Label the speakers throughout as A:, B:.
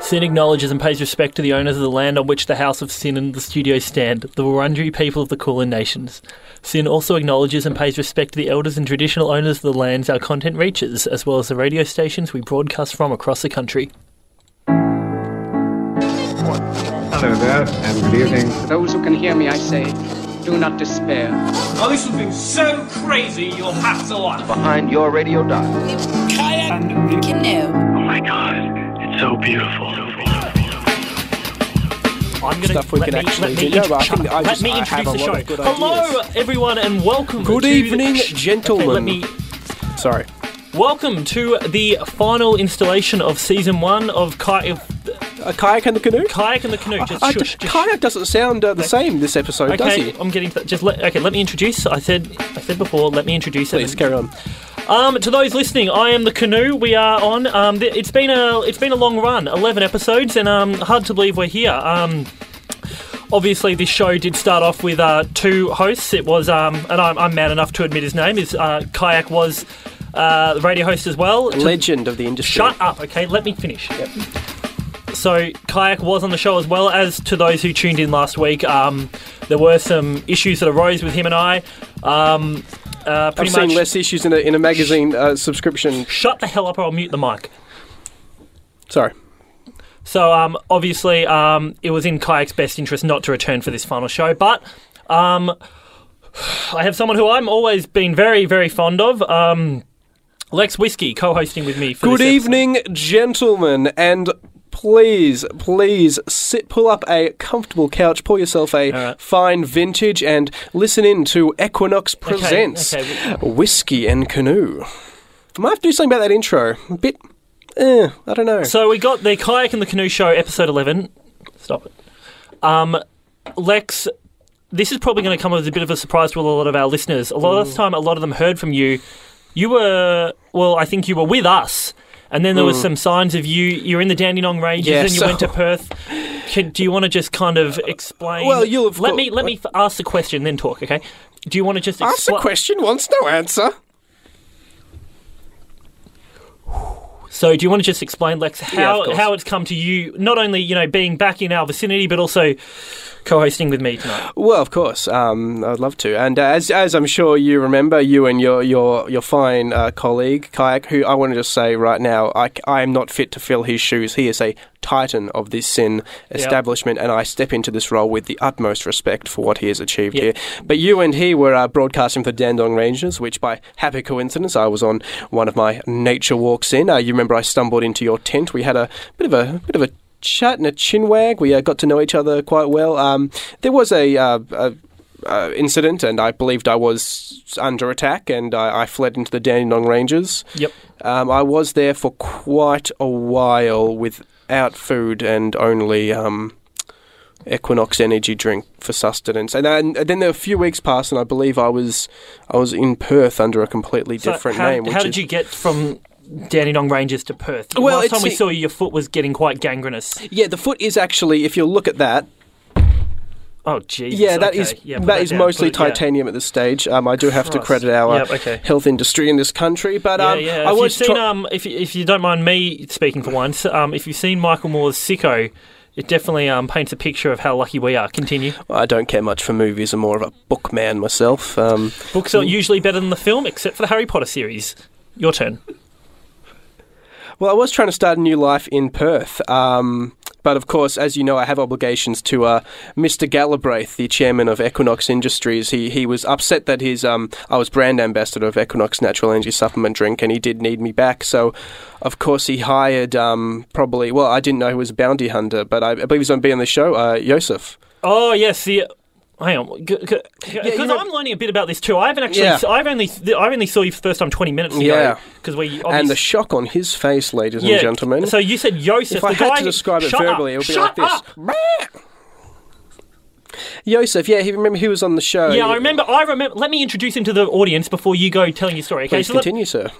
A: Sin acknowledges and pays respect to the owners of the land on which the House of Sin and the studio stand, the Wurundjeri people of the Kulin Nations. Sin also acknowledges and pays respect to the elders and traditional owners of the lands our content reaches, as well as the radio stations we broadcast from across the country.
B: Hello there, and good evening.
C: For those who can hear me, I say, do not despair.
D: Now this has been so crazy, you'll have to laugh.
E: behind your radio dial.
F: Canoe.
G: Oh my god, it's so beautiful.
A: I'm going
H: Stuff we can actually do. No, but I think I just- I have a lot of good
A: Hello,
H: ideas.
A: everyone, and welcome.
H: Good
A: to
H: evening,
A: the sh-
H: gentlemen.
A: Okay, let me
H: Sorry.
A: welcome to the final installation of season one of Ki- of
H: A kayak and the canoe?
A: Kayak and the Canoe. Just
H: I- I-
A: shush, just-
H: kayak doesn't sound uh, the same this episode, does
A: Okay,
H: he?
A: I'm getting to that. Just let, okay. Let me introduce. I said I said before. Let me introduce.
H: Please
A: everyone.
H: carry on.
A: Um, to those listening, I am the canoe. We are on. Um, th- it's been a it's been a long run, eleven episodes, and um, hard to believe we're here. Um, obviously, this show did start off with uh, two hosts. It was um, and I'm, I'm man enough to admit his name is uh, Kayak was uh, the radio host as well. To-
H: Legend of the industry.
A: Shut up, okay? Let me finish. So, Kayak was on the show as well as to those who tuned in last week. Um, there were some issues that arose with him and I. Um, uh,
H: I've
A: pretty
H: seen
A: much.
H: less issues in a, in a magazine uh, subscription.
A: Shut the hell up or I'll mute the mic.
H: Sorry.
A: So, um, obviously, um, it was in Kayak's best interest not to return for this final show, but um, I have someone who I'm always been very, very fond of. Um, Lex Whiskey co hosting with me for
H: Good
A: this episode.
H: evening, gentlemen, and please, please sit, pull up a comfortable couch, pour yourself a
A: right.
H: fine vintage, and listen in to Equinox presents
A: okay,
H: whiskey and canoe. Might have to do something about that intro. A bit, eh, I don't know.
A: So we got the kayak and the canoe show episode eleven. Stop it. Um, Lex, this is probably going to come as a bit of a surprise to a lot of our listeners. A lot of
H: Mm.
A: the time, a lot of them heard from you. You were well, I think you were with us, and then there was some signs of you. You're in the Dandenong Ranges,
H: Mm. Yeah,
A: and you
H: so- Uh,
A: went to Perth. Can, do you want to just kind of explain?
H: Well, you'll have
A: let
H: got-
A: me let me f- ask the question, then talk. Okay. Do you want to just
H: Ask the
A: expla-
H: question once, no answer.
A: So, do you want to just explain, Lex, how
H: course.
A: how it's come to you? Not only you know being back in our vicinity, but also co-hosting with me tonight.
H: Well, of course, um, I'd love to. And uh, as, as I'm sure you remember, you and your your your fine uh, colleague Kayak, who I want to just say right now, I, c- I am not fit to fill his shoes. He is a titan of this sin establishment, and I step into this role with the utmost respect for what he has achieved
A: Yeah.
H: here. But you and he were uh, broadcasting for Dandong Rangers, which by happy coincidence, I was on one of my nature walks in. Uh, you remember I stumbled into your tent. We had a bit of a bit of a chat and a chin wag. We uh, got to know each other quite well. Um, there was a. Uh, a uh, incident, and I believed I was under attack, and I, I fled into the Dandenong Ranges.
A: Yep.
H: Um, I was there for quite a while without food and only um, Equinox energy drink for sustenance. And then, and then there were a few weeks passed, and I believe I was I was in Perth under a completely
A: So
H: different
A: how,
H: name.
A: How did you get from Dandenong Rangers to Perth? The
H: Well,
A: last time
H: it's
A: we
H: the-
A: saw you, your foot was getting quite gangrenous.
H: Yeah, the foot is actually, if you look at that,
A: Oh, Jesus.
H: yeah, that
A: okay.
H: is
A: Yeah, put
H: that is
A: down,
H: mostly
A: put it- yeah.
H: titanium at this stage. Um, I do have to
A: Christ.
H: credit our
A: Yep, okay.
H: health industry in this country, but
A: Yeah,
H: um,
A: yeah.
H: I
A: if
H: was
A: you've seen, um, if you, if you don't mind me speaking for once, um, if you've seen Michael Moore's Sicko, it definitely um, paints a picture of how lucky we are. Continue.
H: I don't care much for movies. I'm more of a book man myself. Um,
A: Books are usually better than the film, except for the Harry Potter series. Your turn.
H: Well, I was trying to start a new life in Perth. Um, but of course, as you know, I have obligations to uh, Mr. Galbraith, the chairman of Equinox Industries. He he was upset that his um, I was brand ambassador of Equinox Natural Energy Supplement Drink, and he did need me back. So, of course, he hired um, probably well, I didn't know he was a bounty hunter, but I, I believe he's going to be on the show, uh, Yosef.
A: Oh yes, the. Hang on, because
H: you know-
A: I'm learning a bit about this too. I haven't actually.
H: Yeah.
A: I've only. I only saw you for the first time 20 minutes ago.
H: Yeah.
A: Because we.
H: And the
A: obvious-
H: shock on his face, ladies
A: yeah,
H: and gentlemen.
A: So you said Joseph.
H: if I
A: the
H: had
A: guy,
H: to describe it
A: Shut up,
H: verbally, it would be
A: shut
H: like
A: up.
H: this. Yosef, yeah, he remember he was on the show.
A: Yeah, I remember. I remember. Let me introduce him to the audience before you go telling your story. Okay,
H: Please
A: so let-
H: continue, sir.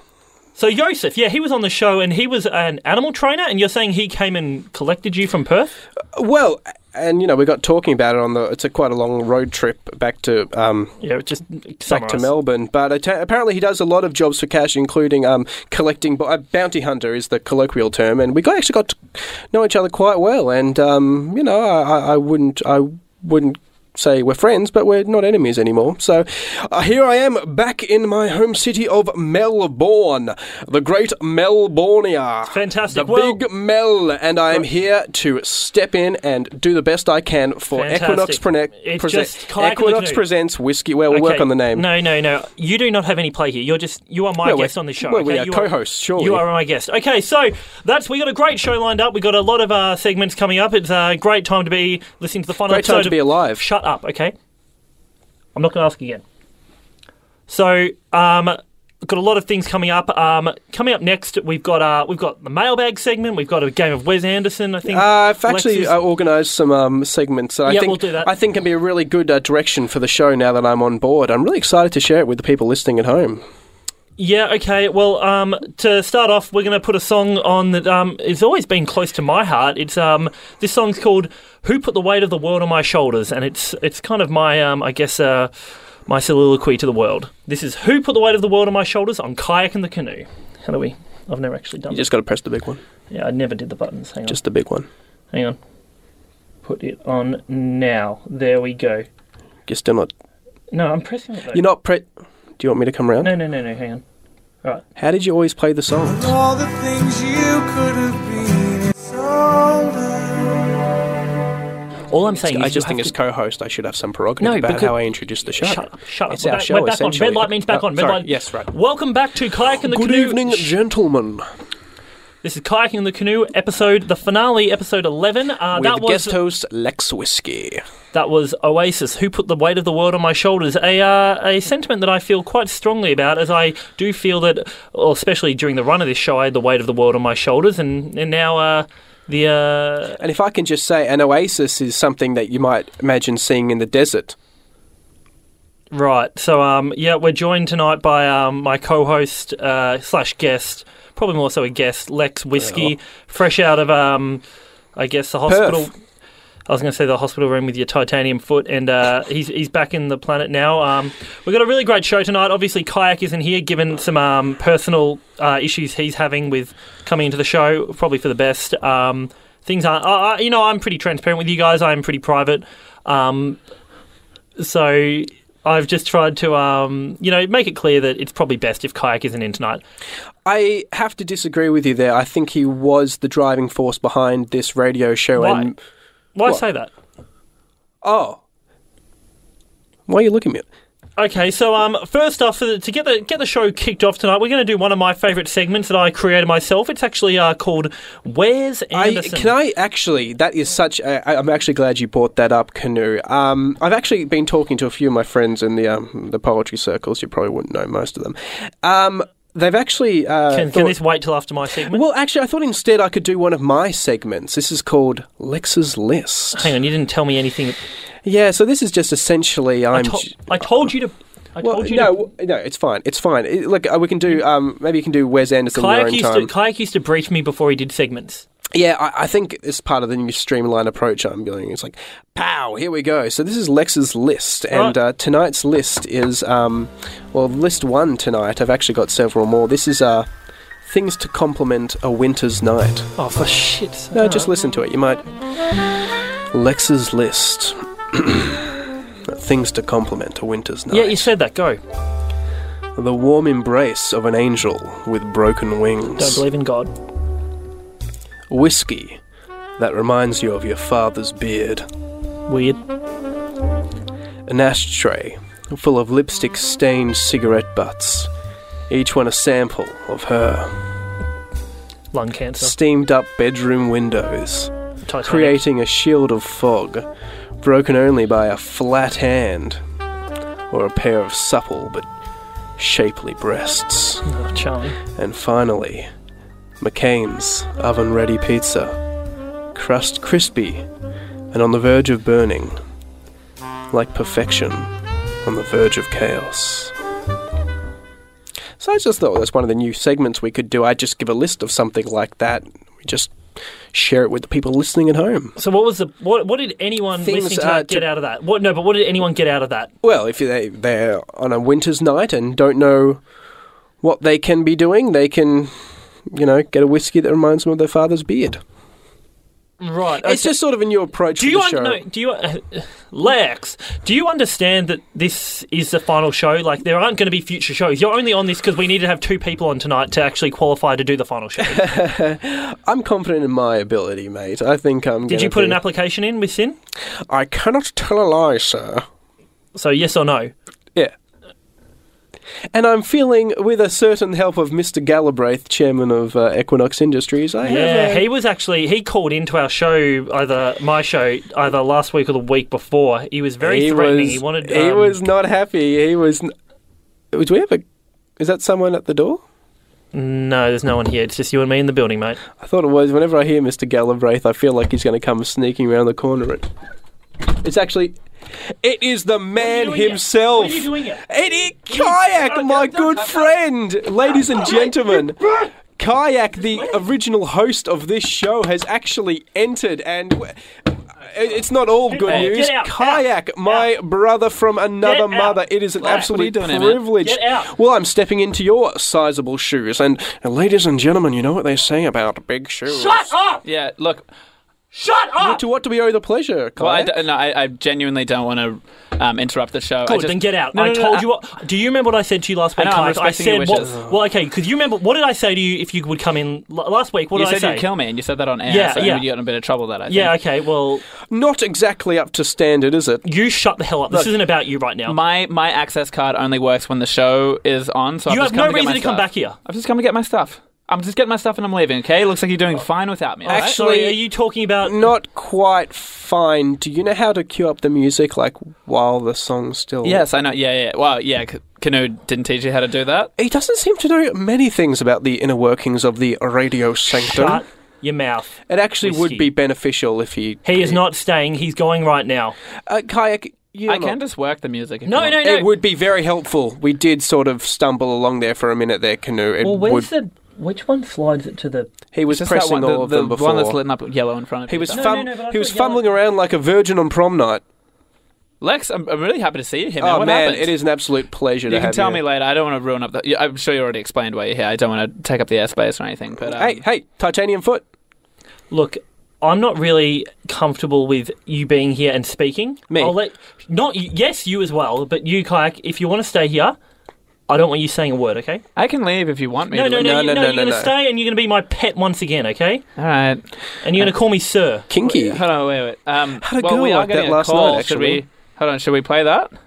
A: so Joseph, yeah, he was on the show and he was an animal trainer, and you're saying he came and collected you from Perth.
H: Well, and you know we got talking about it on the. It's a quite a long road trip back to um,
A: Yeah, just
H: back to Melbourne. But atta- apparently, he does a lot of jobs for cash, including um, collecting. Bo- uh, bounty hunter is the colloquial term, and we got, actually got to know each other quite well. And um, you know, I, I- I wouldn't, I wouldn't say we're friends, but we're not enemies anymore. So uh, here I am back in my home city of Melbourne, the great Melbournea.
A: Fantastic.
H: The
A: Well-
H: big Mel, and I am here to step in and do the best I can for
A: Fantastic.
H: Equinox, Prene-
A: It's
H: Prese-
A: just kayak in the
H: Equinox
A: canoe.
H: Presents Whiskey. Well, we'll
A: Okay,
H: work on the name.
A: No, no, no. You do not have any play here. You're just you are my
H: Well, we-
A: guest on the show.
H: well, we
A: okay?
H: are
A: You
H: co-hosts, surely.
A: You are my guest. Okay, so that's we got a great show lined up. We got a lot of uh, segments coming up. It's a great time to be listening to the final
H: Great time
A: episode
H: to
A: of-
H: be alive.
A: Shut up, okay? I'm not going to ask again. So, um, got a lot of things coming up. Um, coming up next, we've got uh, we've got the mailbag segment. We've got a game of Wes Anderson. I think
H: Uh, I've actually
A: Lex is-
H: uh, organised some um, segments that I
A: Yeah,
H: think
A: we'll do that.
H: I think can be a really good uh, direction for the show. Now that I'm on board, I'm really excited to share it with the people listening at home.
A: Yeah, okay. Well, um, to start off, we're going to put a song on that um, it's always been close to my heart. It's um, this song's called "Who Put the Weight of the World on My Shoulders," and it's it's kind of my um, I guess uh, my soliloquy to the world. This is "Who Put the Weight of the World on My Shoulders" on kayak and the canoe. How do we? I've never actually done.
H: You just got to press the big one,
A: that. Yeah, I never did the buttons. Hang on.
H: just the big one.
A: hang on. Put it on now. There we go.
H: You're still not.
A: No, I'm pressing it. Though.
H: You're not pre. Do you want me to come round?
A: No, no, no, no. Hang on.
H: How did you always play the song?
E: all the things you could have been and sold out.
A: All I'm saying is
H: I
A: you
H: just think
A: have
H: as
A: to-
H: co-host, I should have some prerogative
A: No,
H: about
A: because-
H: how I introduce the show.
A: Shut up! Shut up!
H: It's
A: We're
H: our
A: back,
H: show,
A: we're back on. Red
H: essentially.
A: light means back
H: Oh,
A: on. Red
H: sorry.
A: light.
H: Yes, right.
A: Welcome back to kayak and the
H: Good
A: canoe. Uh,
H: evening,
A: Shh.
H: gentlemen.
A: This is kayak and the canoe episode, the finale, episode eleven. Uh,
H: With
A: that was
H: guest host Lex Whiskey.
A: that was Oasis. Who put the weight of the world on my shoulders? A uh, a sentiment that I feel quite strongly about, as I do feel that, well, especially during the run of this show, I had the weight of the world on my shoulders, and and now uh, the uh,
H: And if I can just say, an oasis is something that you might imagine seeing in the desert.
A: Right. So, um, yeah, we're joined tonight by um, my co-host uh, slash guest, probably more so a guest, Lex Whiskey, fresh out of, um, I guess, the hospital. I was going to say the hospital room with your titanium foot, and uh, he's he's back in the planet now. Um, we've got a really great show tonight. Obviously, kayak isn't here, given some um, personal uh, issues he's having with coming into the show. Probably for the best. Um, things aren't. I, I, you know, I'm pretty transparent with you guys. I'm pretty private. Um, so I've just tried to, um, you know, make it clear that it's probably best if kayak isn't in tonight.
H: I have to disagree with you there. I think he was the driving force behind this radio show.
A: Why?
H: And
A: Why
H: What?
A: say that?
H: oh, why are you looking at me?
A: Okay, so um, first off, for the- to get the get the show kicked off tonight, we're going to do one of my favourite segments that I created myself. It's actually uh, called "Where's
H: I,
A: Anderson."
H: can I actually? That is such. A, I, I'm actually glad you brought that up, Canoe. Um, I've actually been talking to a few of my friends in the um, the poetry circles. You probably wouldn't know most of them. Um, they've actually. Uh,
A: Can, can
H: thought-
A: this wait till after my segment?
H: well, actually, I thought instead I could do one of my segments. This is called Lex's List.
A: Hang on, you didn't tell me anything.
H: Yeah, so this is just essentially I'm.
A: I, to- I told you to. I
H: Well,
A: told you
H: no,
A: to. Mm.
H: w- no, it's fine. It's fine. It- look, uh, we can do. Um, maybe you can do Wes Anderson in your
A: Kayak
H: own
A: used to
H: time.
A: kayak used to brief me before he did segments.
H: yeah, I, I think it's part of the new streamline approach I'm doing. It's like, pow, here we go. So this is Lex's list, and
A: Right.
H: uh, tonight's list is, um, well, list one tonight. I've actually got several more. This is uh, things to complement a winter's night.
A: Oh, for shit! sake.
H: No, just listen to it. You might. Lex's list. Things to complement a winter's night.
A: Yeah, you said that. Go.
H: The warm embrace of an angel with broken wings.
A: Don't believe in God.
H: Whiskey that reminds you of your father's beard.
A: Weird.
H: An ashtray full of lipstick stained cigarette butts. Each one a sample of her.
A: Lung cancer.
H: Steamed up bedroom windows,
A: Titanic.
H: creating a shield of fog, broken only by a flat hand or a pair of supple but shapely breasts.
A: Oh, Charlie.
H: And finally, McCain's oven ready pizza. Crust crispy and on the verge of burning. Like perfection on the verge of chaos. So I just thought that's one of the new segments we could do. I just give a list of something like that. We just share it with the people listening at home.
A: So what was the what? What did anyone
H: Things,
A: listening to
H: uh,
A: that get
H: to-
A: out of that? What no, but what did anyone get out of that?
H: Well, if they, they're on a winter's night and don't know what they can be doing, they can, you know, get a whiskey that reminds them of their father's beard.
A: Right.
H: It's just sort of a new approach
A: do
H: to
A: you
H: the
A: un-
H: show.
A: no, do you uh, Lex? Do you understand that this is the final show? Like there aren't going to be future shows. You're only on this because we need to have two people on tonight to actually qualify to do the final show.
H: I'm confident in my ability, mate. I think I'm.
A: Did
H: gonna
A: you put
H: be-
A: an application in with Sin?
H: I cannot tell a lie, sir.
A: So yes or no?
H: Yeah. And I'm feeling, with a certain help of Mr. Galbraith, chairman of uh, Equinox Industries, I have.
A: Yeah, he was actually he called into our show either my show either last week or the week before. He was very threatening. he wanted.
H: he
A: um,
H: was not happy. He was. n- Do we have a? Is that someone at the door?
A: No, there's no one here. It's just you and me in the building, mate.
H: I thought it was. Whenever I hear Mr. Galbraith, I feel like he's going to come sneaking around the corner. And it's actually, it is the man
A: doing here?
H: himself.
A: What are you doing here?
H: It is kayak, my good friend, ladies and gentlemen. Kayak, the original host of this show, has actually entered, and w- it's not all good
A: out, get
H: news.
A: out,
H: Kayak,
A: out,
H: my brother from another
A: Get out.
H: mother. It is an
I: what are you
H: absolute
I: doing here, man?
H: privilege.
A: Get out.
H: Well, I'm stepping into your sizable shoes, and, and ladies and gentlemen, you know what they say about big shoes.
A: up!
I: Yeah, look.
A: Shut up!
H: To what do we owe the pleasure,
I: Well, I,
H: Kayak?
I: d- no, I, I genuinely don't want to um, interrupt the show. I
A: Good,
I: just-
A: then get out.
I: No,
A: I
I: no, uh, no,
A: told
I: I-
A: you what. Do you remember what I said to you last
I: I
A: week?
I: know, I'm
A: Kate? I
I: respecting your
A: said what?
I: wishes.
A: Well, okay, because you remember what did I say to you if you would come in l- last week? What
I: You
A: did I
I: said
A: say?
I: you'd kill me, and you said that on air.
A: Yeah,
I: so
A: yeah.
I: You got in a bit of trouble that I think.
A: yeah. Okay. Well,
H: Not exactly up to standard, is it?
A: you shut the hell up. This
H: Look,
A: isn't about you right now.
I: My my access card only works when the show is on, so
A: you
I: I've
A: have
I: just
A: no
I: come to get
A: reason
I: my
A: to come
I: stuff.
A: back here.
I: I've just come to get my stuff. I'm just getting my stuff and I'm leaving. Okay, looks like you're
A: Oh.
I: doing fine without me. all right?
H: Actually-
A: Sorry, are you talking about?
H: Not quite fine. Do you know how to cue up the music, like while the song's still?
I: yes, I know. Yeah, yeah. Well, yeah. C- Canoe didn't teach you how to do that.
H: He doesn't seem to know many things about the inner workings of the radio sanctum.
A: Shut your mouth.
H: It actually
A: Whiskey.
H: would be beneficial if he.
A: He is not staying. He's going right now.
H: Uh, kayak. you
I: I can just work the music. If
A: No,
I: you want.
A: no, no.
H: It would be very helpful. We did sort of stumble along there for a minute there, canoe. It would,
A: the? Which one slides it to the?
H: he was
I: Just that
H: pressing
I: one, the,
H: all of
I: the
H: them before.
I: one that's lit up yellow in front of
H: he
I: you,
H: was
I: though.
A: no,
H: fum-
A: no, but I
H: he was
A: thought yellow-
H: fumbling around like a virgin on prom night.
I: Lex. I'm, I'm really happy to see you here. man.
H: Oh
I: What
H: man,
I: happened?
H: it is an absolute pleasure to
I: You can
H: have
I: tell
H: you.
I: me later. I don't want to ruin up the. yeah, I'm sure you already explained why you're here. I don't want to take up the airspace or anything. But um,
H: Hey, hey, titanium foot.
A: Look, I'm not really comfortable with you being here and speaking.
H: Me?
A: I'll let not you, yes you as well, but you kayak. If you want to stay here, I don't want you saying a word. Okay?
I: I can leave if you want me.
A: No,
I: to
A: no, no,
I: leave.
A: no,
H: no,
A: you, no,
H: no, no,
A: You're
H: no,
A: gonna
H: no.
A: stay and you're gonna be my pet once again. Okay?
I: All right.
A: And
I: Uh,
A: you're gonna call me sir.
H: Kinky.
I: Hold on, wait, wait. Um,
H: Had a
I: well,
H: go
I: we are
H: like that
I: getting a
H: last
I: call.
H: night,
I: Should
H: actually.
I: we? Hold on. Should we play that?
H: we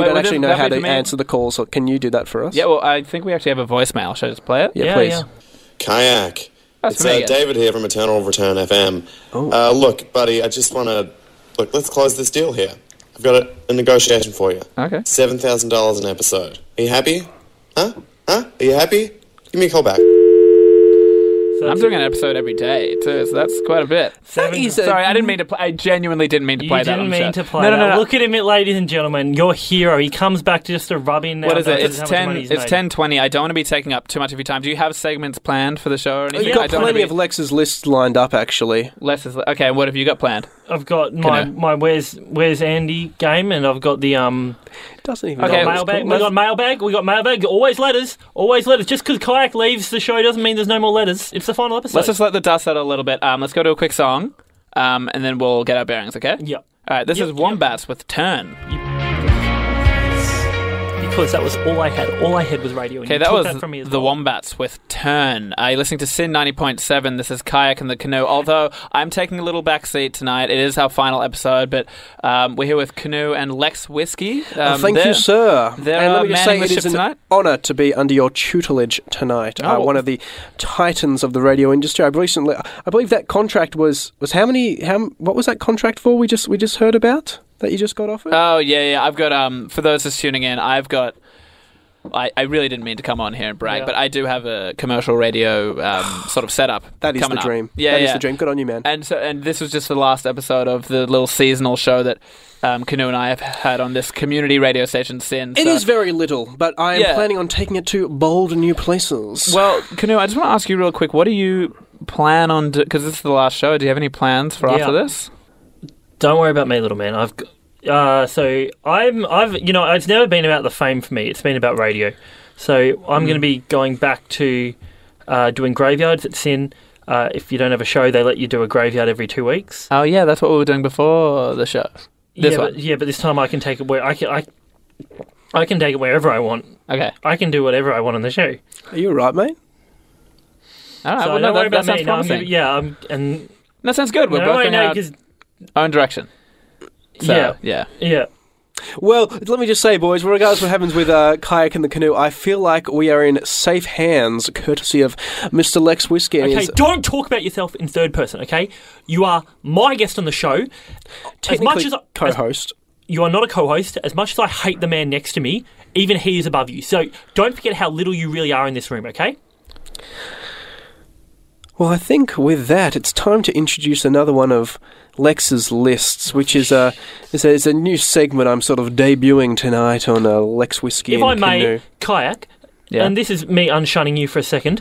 I: Wait,
H: don't
I: would
H: actually
I: it-
H: know
I: that
H: how
I: be
H: to
I: for me?
H: answer the call, so can you do that for us?
I: Yeah. Well, I think we actually have a voicemail. Should I just play it?
H: Yeah,
A: Yeah,
H: please.
A: yeah.
J: Kayak.
I: That's
J: it's
I: me
J: uh,
I: again.
J: David here from Eternal Return FM. Uh, look, buddy, I just want to look. Let's close this deal here. I've got a, a negotiation for you.
I: Okay.
J: Seven thousand dollars an episode. Are you happy? Huh? Huh? Are you happy? Give me a call back.
A: So
I: I'm doing an episode every day too, so that's quite a bit.
A: seven-
I: Sorry, I didn't mean to. Play, I genuinely didn't mean to
A: You
I: play that.
A: didn't
I: I'm
A: mean to
I: sure.
A: play
I: No, no, no.
A: that.
I: no.
A: Look at him, ladies and gentlemen. Your hero. He comes back to just a rubbing now.
I: what is it?
A: about
I: It's
A: how much
I: ten.
A: money he's
I: It's
A: made.
I: ten twenty. I don't want to be taking up too much of your time. Do you have segments planned for the show
A: Oh,
I: or anything?
H: You've
I: I
H: got
I: don't wanna
H: plenty of
I: be-
H: Lex's lists lined up, actually.
I: less is okay. What have you got planned?
A: I've got my,
I: Can I-
A: my where's where's Andy game, and I've got the um
H: Doesn't even
I: Okay,
H: know what it's
A: mailbag.
H: called.
A: We got mailbag. We got mailbag. Always letters. Always letters. Just because kayak leaves the show doesn't mean there's no more letters. It's the final episode.
I: Let's just let the dust settle a little bit. Um, let's go to a quick song, um, and then we'll get our bearings. Okay.
A: Yep.
I: All right. This
A: Yep,
I: is
A: yep.
I: Wombats with Turn.
A: because that was all I had. All I had was radio. And
I: Okay,
A: you
I: that
A: took
I: was
A: that from me as
I: the
A: well.
I: Wombats with Turn. Uh, you're listening to Sin 90.7. This is Kayak and the Canoe. Although I'm taking a little backseat tonight, it is our final episode, but um, we're here with Canoe and Lex Whiskey. Um,
H: Uh, Thank
I: they're-
H: you, sir.
I: they're,
H: and let
I: uh,
H: me just say,
I: manning the
H: it is
I: ship tonight.
H: an honour to be under your tutelage tonight.
I: Oh,
H: uh,
I: well-
H: one of the titans of the radio industry. I recently, I believe that contract was was how many? How what was that contract for? We just we just heard about that you just got offered.
I: Oh, yeah, yeah. I've got, um, for those just tuning in, I've got. I, I really didn't mean to come on here and brag,
A: Yeah.
I: but I do have a commercial radio um, sort of setup.
H: that is the
I: coming up.
H: dream.
I: Yeah,
H: that is
I: yeah.
H: the dream. Good on you, man.
I: And so, and this was just the last episode of the little seasonal show that um, Canoe and I have had on this community radio station since.
H: It
I: so-
H: is very little, but I am
I: Yeah.
H: planning on taking it to bold new places.
I: Well, Canoe, I just want to ask you real quick. What are you? plan on because this is the last show? Do you have any plans for after
A: Yeah.
I: this?
A: Don't worry about me, little man. I've g- uh, so I'm I've you know it's never been about the fame for me. It's been about radio. So I'm going to be going back to uh, doing graveyards at Sin. Uh, if you don't have a show, they let you do a graveyard every two weeks.
I: Oh yeah, that's what we were doing before the show. This
A: yeah,
I: one.
A: But, yeah, but this time I can take it where I can I, I can take it wherever I want.
I: Okay.
A: I can do whatever I want on the show.
H: Are you all right, mate?
I: All right.
A: So
I: Ah,
A: don't
I: well, no,
A: worry
I: that, that
A: about
I: sounds
A: me. No, I'm gonna-
I: promising.
A: yeah, I'm, and
I: That sounds good. We're
A: no,
I: both
A: I
I: in
A: know
I: our
A: 'cause-
I: own direction. So,
A: yeah,
I: yeah.
A: yeah.
H: Well, let me just say, boys, regardless of what happens with uh, Kayak and the Canoe, I feel like we are in safe hands, courtesy of Mr. Lex Whiskey. and
A: Okay,
H: his-
A: don't talk about yourself in third person, okay? You are my guest on the show. As much
H: technically
A: as, I- as
H: co-host.
A: you are not a co host, as much as I hate the man next to me, even he is above you. So don't forget how little you really are in this room, okay?
H: Well, I think with that, it's time to introduce another one of Lex's lists, which is a is a, is a new segment I'm sort of debuting tonight on uh, Lex Whiskey.
A: if
H: and
A: I may,
H: Canoe.
A: kayak,
I: Yeah.
A: and this is me unshunning you for a second.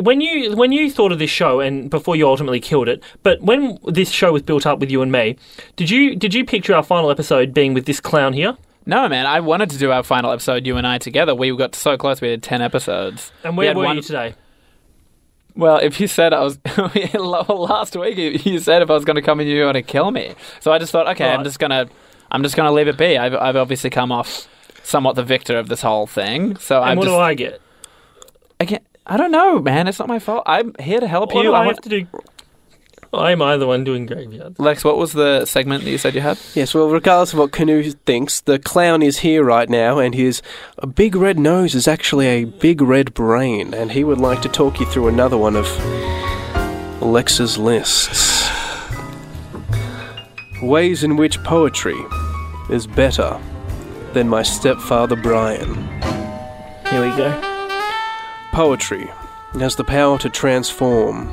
A: When you when you thought of this show and before you ultimately killed it, but when this show was built up with you and me, did you did you picture our final episode being with this clown here?
I: No, man. I wanted to do our final episode, you and I together. We got so close. We did ten episodes.
A: And
I: we
A: where
I: had
A: were
I: one,
A: you today?
I: Well, if you said I was last week, you- you said if I was going to come in, you were going to kill me. So I just thought, okay, I'm
A: Right.
I: just gonna, I'm just gonna leave it be. I've, I've obviously come off somewhat the victor of this whole thing. So
A: And
I: I'm
A: what
I: just,
A: do I get?
I: again, I don't know, man. It's not my fault. I'm here to help
A: What
I: you.
A: do I
I: want-
A: have to do? I'm either one doing graveyard.
I: Lex, what was the segment that you said you had?
H: Yes, well, regardless of what Canoe thinks, the clown is here right now, and his big red nose is actually a big red brain, and he would like to talk you through another one of Lex's lists. Ways in which poetry is better than my stepfather Brian.
A: Here we go.
H: Poetry has the power to transform,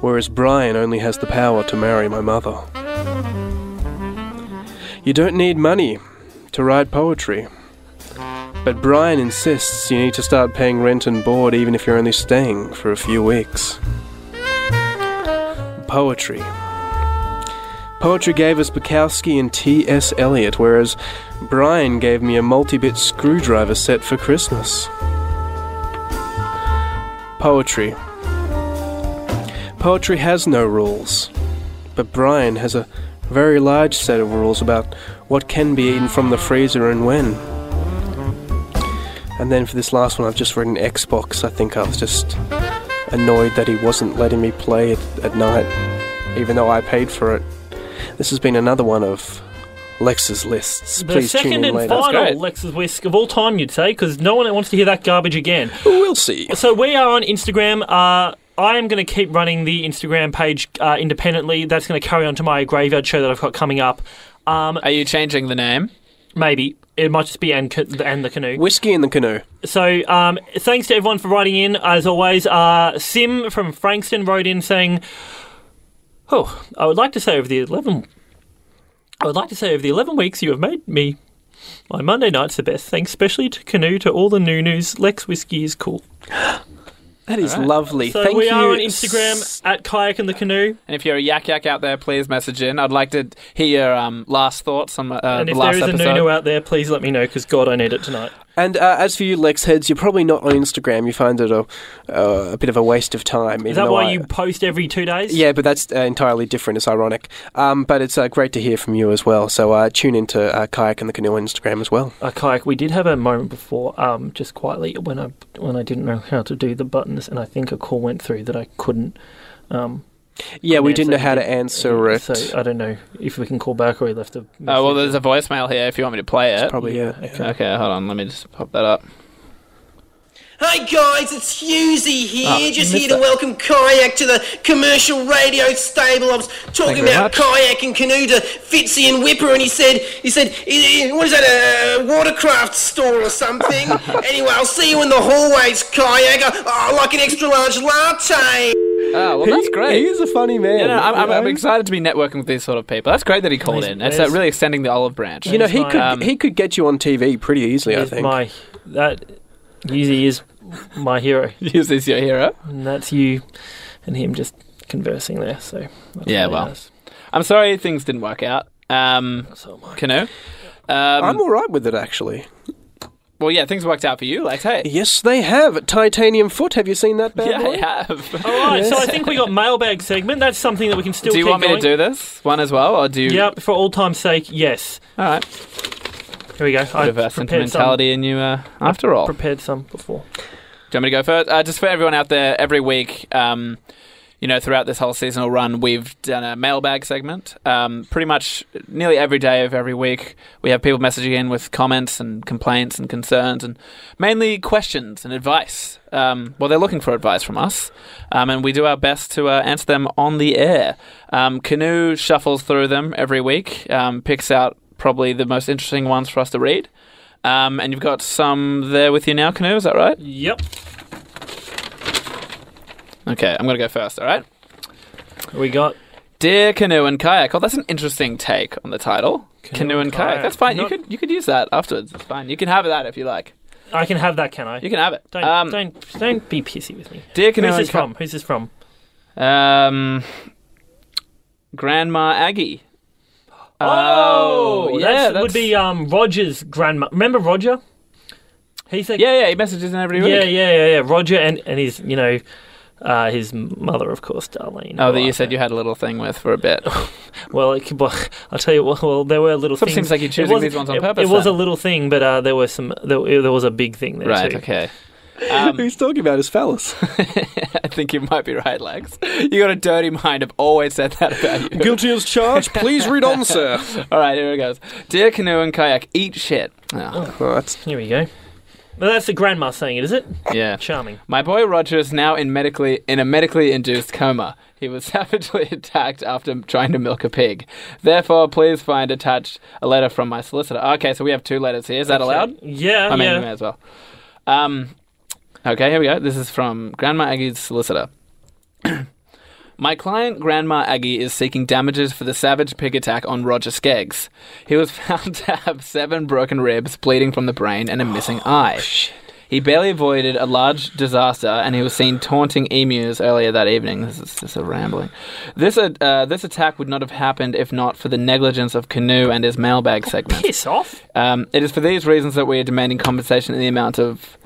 H: whereas Brian only has the power to marry my mother. You don't need money to write poetry, but Brian insists you need to start paying rent and board even if you're only staying for a few weeks. Poetry. Poetry gave us Bukowski and T.S. Eliot, whereas Brian gave me a multi bit screwdriver set for Christmas poetry. Poetry has no rules, but Brian has a very large set of rules about what can be eaten from the freezer and when. And then for this last one, I've just written Xbox. I think I was just annoyed that he wasn't letting me play it at night, even though I paid for it. This has been another one of Lex's lists.
A: The
H: Please
A: second
H: tune in
A: and
H: later.
A: final
I: great.
A: Lex's Whisk of all time, you'd say, because no one wants to hear that garbage again.
H: We'll see.
A: So we are on Instagram. Uh, I am going to keep running the Instagram page uh, independently. That's going to carry on to my graveyard show that I've got coming up. Um,
I: Are you changing the name?
A: maybe it might just be and ca- and the canoe.
H: Whiskey in the canoe.
A: So um, thanks to everyone for writing in. As always, uh, Sim from Frankston wrote in saying, "Oh, I would like to say over the eleven, I would like to say over the eleven weeks you have made me." My Monday night's the best. Thanks especially to Canoe, to all the new news. Lex Whiskey is cool.
H: That is lovely.
A: So
H: Thank
A: we
H: you.
A: are on Instagram at Kayak and the Canoe.
I: And if you're a yak yak out there, please message in. I'd like to hear your um, last thoughts on uh,
A: And
I: the
A: if
I: last
A: there is
I: episode.
A: a Nunu out there, please let me know because God, I need it tonight.
H: And uh, as for you, Lex heads, you're probably not on Instagram. You find it a, uh, a bit of a waste of time.
A: Is that why you post every two days?
H: Yeah, but that's uh, entirely different. It's ironic. Um, but it's uh, great to hear from you as well. So uh, tune into uh, Kayak and the Canoe on Instagram as well.
A: Uh, kayak, we did have a moment before, um, just quietly when I when I didn't know how to do the buttons, and I think a call went through that I couldn't. Um,
H: Yeah, we
A: yeah,
H: didn't
A: so
H: know
A: you
H: how to
A: did-
H: answer it. Uh,
A: So uh, I don't know if we can call back or he left a.
I: Oh, well, there's a voicemail here if you want me to play it.
H: probably it.
I: Okay. hold on. Let me just pop that up.
K: Hi guys, it's Husey here,
I: Oh,
K: just
I: you
K: here to
I: missed
K: welcome Kayak to the commercial radio stable. I was
I: Thank you
K: talking
I: very
K: about
I: much.
K: Kayak and Canoe to Fitzy and Whipper, and he said, he said, "I- I- what is that, a watercraft store or something? anyway, I'll see you in the hallways, Kayak. I, I like an extra large latte.
I: Oh, well, that's great.
H: He's a funny man.
I: You know, I'm, I'm,
H: you
I: I'm
H: know?
I: excited to be networking with these sort of people. That's great that he called in. It's uh,
A: Amazing.
I: really extending the olive branch.
H: You know,
A: He's
H: he
A: my,
H: could
I: um,
H: he could get you on TV pretty easily. I
A: He's
H: think.
A: my that Yuzi is my hero,
I: use this your hero.
A: and that's you. and him just conversing there. So that's
I: Yeah,
A: really
I: well.
A: nice.
I: I'm sorry things didn't work out. Um, Canoe. Um,
H: I'm all right with it, actually.
I: well, yeah, things worked out for you. Like, hey,
H: Yes, they have. Titanium Foot, have you seen that bad
I: yeah,
H: boy?
I: I have.
A: All right, so I think we got mailbag segment. That's something that we can still.
I: do you
A: keep
I: want me
A: going.
I: to do this one as well, or do you?
A: Yep, for all time's sake, yes.
I: All right.
A: Here we go.
I: Bit of uh,
A: prepared some.
I: sentimentality in you, uh, after all.
A: Prepared some before.
I: Do you want me to go first? Uh, just for everyone out there, every week, um, you know, throughout this whole seasonal run, we've done a mailbag segment. Um, pretty much nearly every day of every week, we have people messaging in with comments and complaints and concerns and mainly questions and advice. Um, well, they're looking for advice from us, um, and we do our best to uh, answer them on the air. Um, Canoe shuffles through them every week, um, picks out probably the most interesting ones for us to read. Um, and you've got some there with you now, Canoe, is that right?
A: Yep.
I: Okay, I'm going to go first, all right?
A: We got
I: Dear Canoe and Kayak. Oh, that's an interesting take on the title. Canoe, and kayak.
A: Kayak.
I: That's fine.
A: Not-
I: You could you could use that afterwards. It's fine. You can have that if you like.
A: I can have that, can I?
I: You can have it.
A: Don't
I: um,
A: don't don't be pissy with me.
I: Dear Canoe
A: Who's
I: and
A: this
I: Ka-
A: from? Who's this from?
I: Um, Grandma Aggie. Uh,
A: Oh,
I: yeah,
A: that's-
I: that's-
A: would be um Roger's grandma. Remember Roger? He's a
I: Yeah, yeah. He messages in every week.
A: yeah, yeah, yeah, yeah. Roger and and his you know. Uh, his mother, of course, Darlene.
I: Oh, that you said you had a little thing with for a bit.
A: Well, it, well, I'll tell you. what, Well, there were little
I: Sort of
A: things.
I: seems like you're
A: It
I: choosing
A: wasn't-
I: these ones on
A: it-
I: purpose
A: It was a
I: then.
A: little thing, but uh, there was some. There, there was a big thing there
I: right.
A: too.
I: Okay.
A: um,
I: Um,
H: Who's talking about his phallus?
I: I think you might be right, Lex. You got a dirty mind. I've always said that about you.
H: Guilty as charged. Please read on, sir.
I: All right, here it goes. Dear Canoe and Kayak, eat shit. Oh,
H: Oh, that's
A: Here we go. Well, that's the grandma saying it, is it?
I: yeah.
A: Charming.
I: My boy Roger is now in medically in a medically induced coma. He was savagely attacked after trying to milk a pig. Therefore, please find attached a letter from my solicitor. Okay, so we have two letters here. Is that allowed?
A: Yeah,
I: I mean,
A: yeah.
I: we may as well. Um, okay, here we go. This is from Grandma Aggie's solicitor. My client, Grandma Aggie, is seeking damages for the savage pig attack on Roger Skeggs. He was found to have seven broken ribs, bleeding from the brain, and a missing
A: Oh,
I: eye. He barely avoided a large disaster, and he was seen taunting emus earlier that evening. This is just a rambling. This uh, this attack would not have happened if not for the negligence of Canoe and his mailbag segment.
A: Oh, Piss off.
I: Um, it is for these reasons that we are demanding compensation in the amount of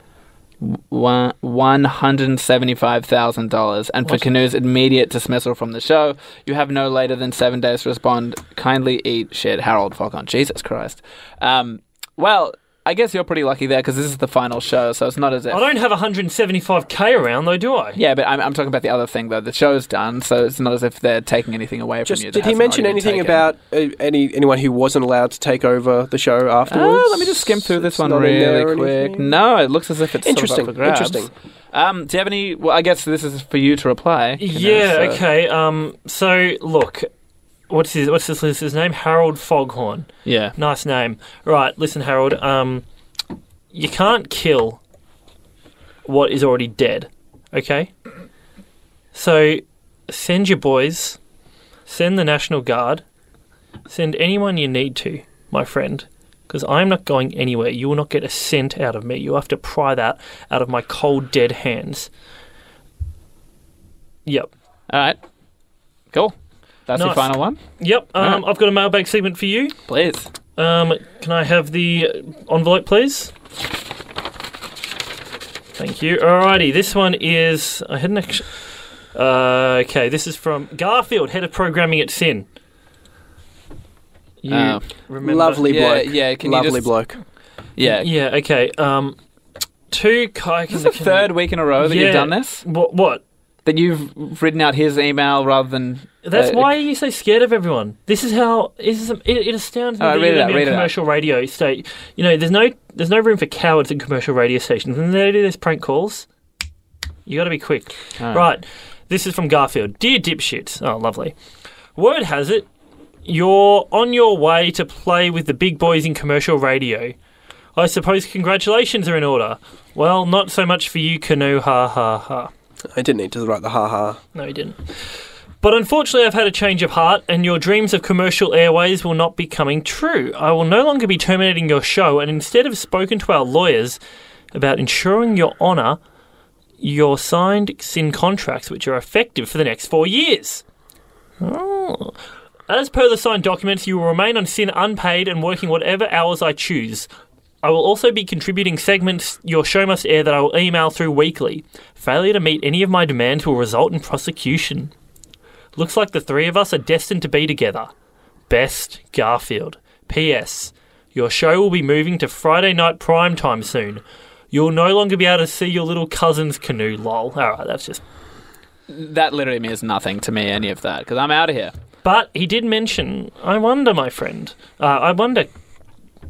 I: one one hundred seventy-five thousand dollars, and for Canoe's immediate dismissal from the show. You have no later than seven days to respond. Kindly eat shit, Harold Falcon. Jesus Christ. Um, well, I guess you're pretty lucky there because this is the final show, so it's not as if.
A: I don't have 175k around though, do I?
I: yeah, but I'm, I'm talking about the other thing though. The show's done, so it's not as if they're taking anything away
H: Just
I: from you. that
H: did he
I: hasn't
H: mention
I: already
H: anything
I: been taken.
H: about uh, any anyone who wasn't allowed to take over the show afterwards?
I: Uh, let me just skim through this
H: It's
I: one
H: not in there
I: really
H: or
I: quick.
H: anything?
I: No, it looks as if it's sort of
H: Interesting,
I: up for grabs.
H: interesting.
I: Um, do you have any? Well, I guess this is for you to reply. you know,
A: Yeah.
I: so-
A: Okay. Um. So look, what's his what's this listener's name? Harold Foghorn.
I: Yeah.
A: Nice name. Right. Listen, Harold. Um, you can't kill what is already dead. Okay. So send your boys, send the National Guard, send anyone you need to, my friend. Because I'm not going anywhere. You will not get a cent out of me. You have to pry that out of my cold, dead hands. Yep.
I: All right. Cool. That's your
A: Nice.
I: final one,
A: Yep. Um, I've got a mailbag segment for you.
I: please.
A: Um, can I have the envelope, please? Thank you. Alrighty, this one is. I hadn't actually. Uh, okay, this is from Garfield, head of programming at Sin. You
I: Oh.
A: remember?
H: Lovely
I: Yeah,
H: bloke.
I: yeah, can you
H: Lovely
I: just-
H: bloke.
I: Yeah.
A: Yeah. Okay. Um, two kayak.
I: This is the third week in a row that you've done this.
A: What? What?
I: That you've written out his email rather than.
A: That's
I: uh,
A: why you're so scared of everyone. This is how this is, it, it astounds me
I: All right,
A: that
I: Oh, read
A: you're
I: it
A: going
I: out,
A: to be
I: read
A: on
I: it out.
A: commercial radio state. You know, there's no there's no room for cowards in commercial radio stations, and they do these prank calls. You got to be quick,
I: All right.
A: right? This is from Garfield. Dear dipshits, oh lovely. Word has it, you're on your way to play with the big boys in commercial radio. I suppose congratulations are in order. Well, not so much for you, Canoe. Ha ha ha.
H: I didn't need to write the ha ha.
A: No, he didn't. But unfortunately, I've had a change of heart, and your dreams of commercial airways will not be coming true. I will no longer be terminating your show, and instead have spoken to our lawyers about ensuring your honour your signed sin contracts, which are effective for the next four years. Oh. As per the signed documents, you will remain on sin unpaid and working whatever hours I choose. I will also be contributing segments your show must air that I will email through weekly. Failure to meet any of my demands will result in prosecution. Looks like the three of us are destined to be together. Best Garfield. P.S. Your show will be moving to Friday night prime time soon. You'll no longer be able to see your little cousin's canoe. Lol. All right, that's just.
I: That literally means nothing to me, any of that, because I'm out of here.
A: But he did mention. I wonder, my friend. Uh, I wonder,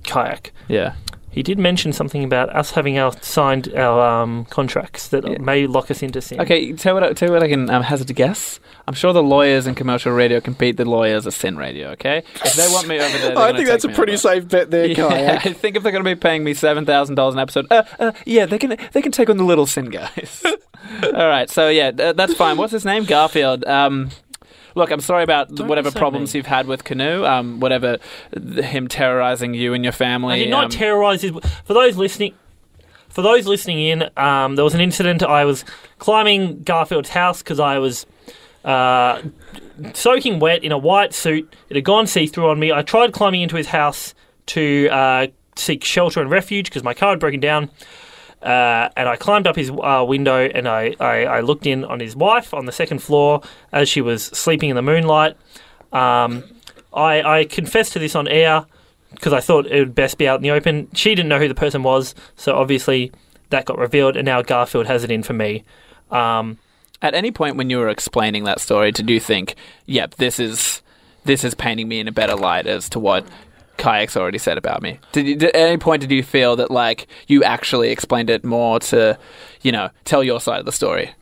A: kayak.
I: Yeah.
A: He did mention something about us having our signed our um, contracts that may lock us into sin.
I: Okay, tell what I, tell what I can um, hazard a guess. I'm sure the lawyers in commercial radio can beat the lawyers at Sin Radio. Okay, if they want me over there, they're
H: I
I: gonna
H: think that's a
I: take me
H: pretty
I: over.
H: safe bet there,
I: Yeah,
H: Kayak.
I: I think if they're going to be paying me seven thousand dollars an episode, uh, uh, yeah, they can they can take on the little sin guys. All right, so yeah, th- that's fine. What's his name? Garfield. Um, look, I'm sorry about th- whatever
A: insult
I: problems
A: me.
I: you've had with Canoe. Um, whatever th- him terrorizing you and your family.
A: I did not
I: um,
A: terrorize his. For those listening, for those listening in, um, there was an incident. I was climbing Garfield's house because I was uh, soaking wet in a white suit. It had gone see-through on me. I tried climbing into his house to uh, seek shelter and refuge because my car had broken down. Uh, and I climbed up his uh, window and I, I, I looked in on his wife on the second floor as she was sleeping in the moonlight. Um, I, I confessed to this on air because I thought it would best be out in the open. She didn't know who the person was, so obviously that got revealed, and now Garfield has it in for me. Um,
I: At any point when you were explaining that story, did you think, "Yep, this is this is painting me in a better light as to what Kayak's already said about me"? Did you, did, at any point did you feel that like you actually explained it more to, you know, tell your side of the story?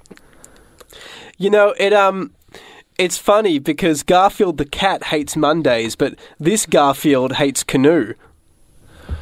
H: You know, it um it's funny because Garfield the cat hates Mondays, but this Garfield hates canoe. Oh,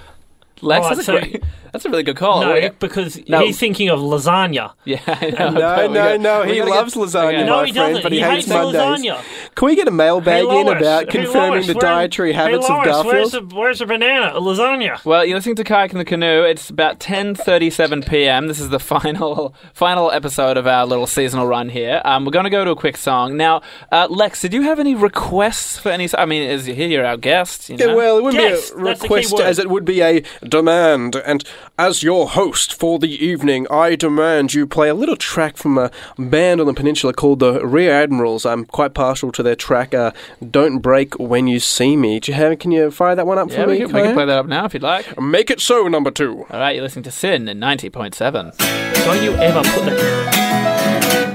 I: Lex,
A: Alright,
I: that's,
A: so-
I: a great, that's a really good call.
A: no,
I: We-
A: because
I: No.
A: he's thinking of lasagna.
I: yeah, I know,
H: No,
I: but we
H: no,
I: got-
H: no.
I: we
H: He
I: gotta get-
H: loves lasagna,
I: okay.
A: No,
H: my
A: he
H: friend,
A: doesn't.
H: but he,
A: He
H: hates,
A: hates
H: Mondays.
A: lasagna.
H: Can we get a mailbag
A: Hey,
H: in
A: Lois.
H: about
A: Hey,
H: confirming
A: Lois,
H: the
A: where-
H: dietary
A: hey,
H: habits
A: Lois,
H: of
A: Where's
H: Garfield?
A: the, where's the banana? A lasagna.
I: Well, you're listening to Kayak in the Canoe. It's about 10:37 p.m. This is the final final episode of our little seasonal run here. Um, we're going to go to a quick song now. Uh, Lex, did you have any requests for any? I mean, is here you're our guest. You know?
H: Yeah, well, it wouldn't
A: Yes,
H: be
A: that's
H: a
A: the key
H: request
A: word.
H: as it would be a demand. And as your host for the evening, I demand you play a little track from a band on the peninsula called the Rear Admirals. I'm quite partial to their track, uh, Don't Break When You See Me. Do you have, can you fire that one up
I: yeah,
H: for
I: we
H: me?
I: can, we can
H: Kaya?
I: play that up now if you'd like.
H: Make it so, number two.
I: All right, you're listening to Sin in 90.7.
A: Don't you ever put that.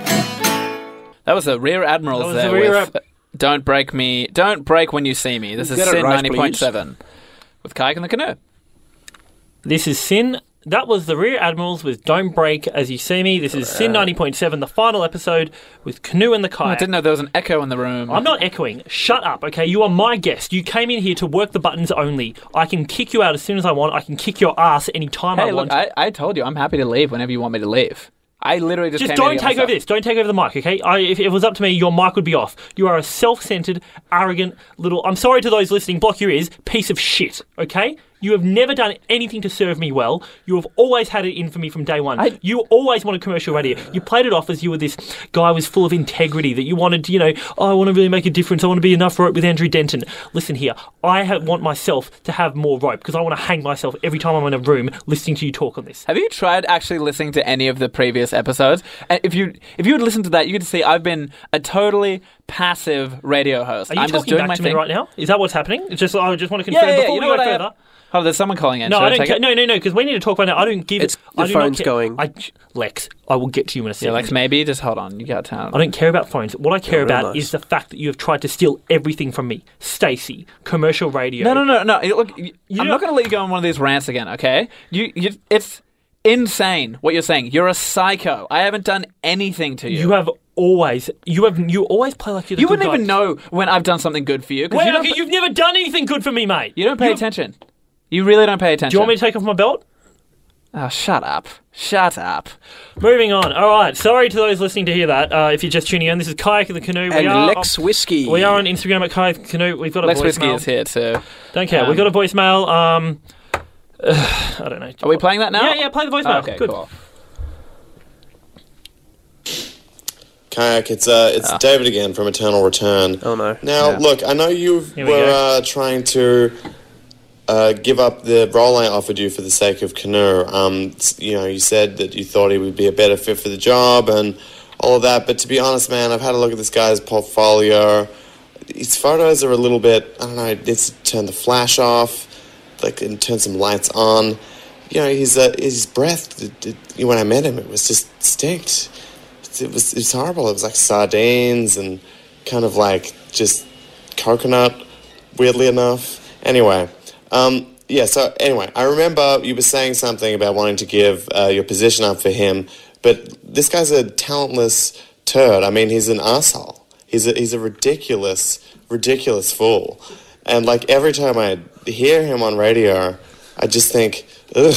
I: That was the Rear Admirals
A: That was
I: there
A: the Rear
I: with "Don't Break Me, Don't Break When You See Me." This is
H: Get it
I: Sin
H: right,
I: 90.7 with Kayak in the Canoe.
A: This is sin. That was the Rear Admirals with Don't Break As You See Me. This is
H: Uh,
A: Sin 90.7, the final episode with Canoe and the
I: I
A: Kayak.
I: didn't know there was an echo in the room.
A: I'm not echoing. Shut up, okay? You are my guest. You came in here to work the buttons only. I can kick you out as soon as I want. I can kick your ass any time I
I: Hey,
A: want.
I: look, I, I told you I'm happy to leave whenever you want me to leave. I literally just
A: just
I: came
A: don't
I: in to get
A: take over
I: myself.
A: this. Don't take over the mic, okay? I, if it was up to me, your mic would be off. You are a self-centered, arrogant little. I'm sorry to those listening. Block your ears. Piece of shit. Okay? You have never done anything to serve me well. You have always had it in for me from day one. You always wanted commercial radio. You played it off as you were this guy who was full of integrity that you wanted. to, You know, oh, I want to really make a difference. I want to be enough rope with Andrew Denton. Listen here, I ha- want myself to have more rope because I want to hang myself every time I'm in a room listening to you talk on this.
I: Have you tried actually listening to any of the previous episodes? And if you if you would listen to that, you could see I've been a totally passive radio host.
A: Are you
I: I'm just
A: talking
I: doing
A: back
I: my
A: to
I: thing.
A: me right now? Is that what's happening? It's just I just want to
I: Yeah,
A: confirm
I: yeah, yeah.
A: before
I: You
A: we
I: know
A: go
I: what I have-
A: further.
I: Oh, there's someone calling in.
A: No,
I: Should
A: I don't.
I: take
A: Ca-
I: it?
A: no, no, no. Because we need to talk about that. I don't give.
H: It's-
A: I
H: the
A: do not
H: phone's
A: care-
H: going.
A: I, Lex, I will get to you in a
I: Yeah,
A: second.
I: Lex, maybe just hold on. You got time.
A: I don't care about phones. What I care
H: real
A: about
H: nice.
A: is the fact that you have tried to steal everything from me, Stacy, commercial radio.
I: No, no, no, no. You- Look, you,
A: You
I: I'm
A: know-
I: not going to let you go on one of these rants again. Okay? You, you, it's insane what you're saying. You're a psycho. I haven't done anything to
A: You have always, you have, you always play like you're. The
I: You
A: good
I: wouldn't
A: guy.
I: even know when I've done something good for you. 'cause
A: Wait,
I: you don't
A: okay,
I: pa-
A: you've never done anything good for me, mate.
I: you don't pay attention. You really don't pay attention.
A: Do you want me to take off my belt?
I: Oh, shut up. Shut up.
A: Moving on. All right. Sorry to those listening to hear that. Uh, if you're just tuning in, this is Kayak in the Canoe. We
H: And
A: are
H: Lex Whiskey.
A: We are on Instagram at Kayak in the Canoe. We've got a
I: Lex
A: voicemail.
I: Whiskey is here too.
A: Don't care.
I: Um,
A: we got a voicemail. Um, I don't know.
I: Are we playing that now?
A: Oh, Yeah, yeah. Play the voicemail.
I: Oh, okay,
A: Good.
I: cool.
J: Kayak, it's uh,
I: Oh.
J: it's
I: Ah.
J: David again from Eternal Return.
H: Oh no!
J: Now,
H: Yeah.
J: look, I know you
H: Here we
J: were
H: go.
J: uh, trying to uh, give up the role I offered you for the sake of Canoe. Um, s- you know, you said that you thought he would be a better fit for the job and all of that. But to be honest, man, I've had a look at this guy's portfolio. His photos are a little bit. I don't know. It's turn the flash off, like, and turn some lights on. You know, his uh, his breath. It, it, when I met him, it was just stinked. It was it was horrible. It was like sardines and kind of like just coconut, weirdly enough. Anyway, um, yeah, so anyway, I remember you were saying something about wanting to give uh, your position up for him, but this guy's a talentless turd. I mean, he's an asshole. He's a, he's a ridiculous, ridiculous fool. And like every time I hear him on radio, I just think, ugh.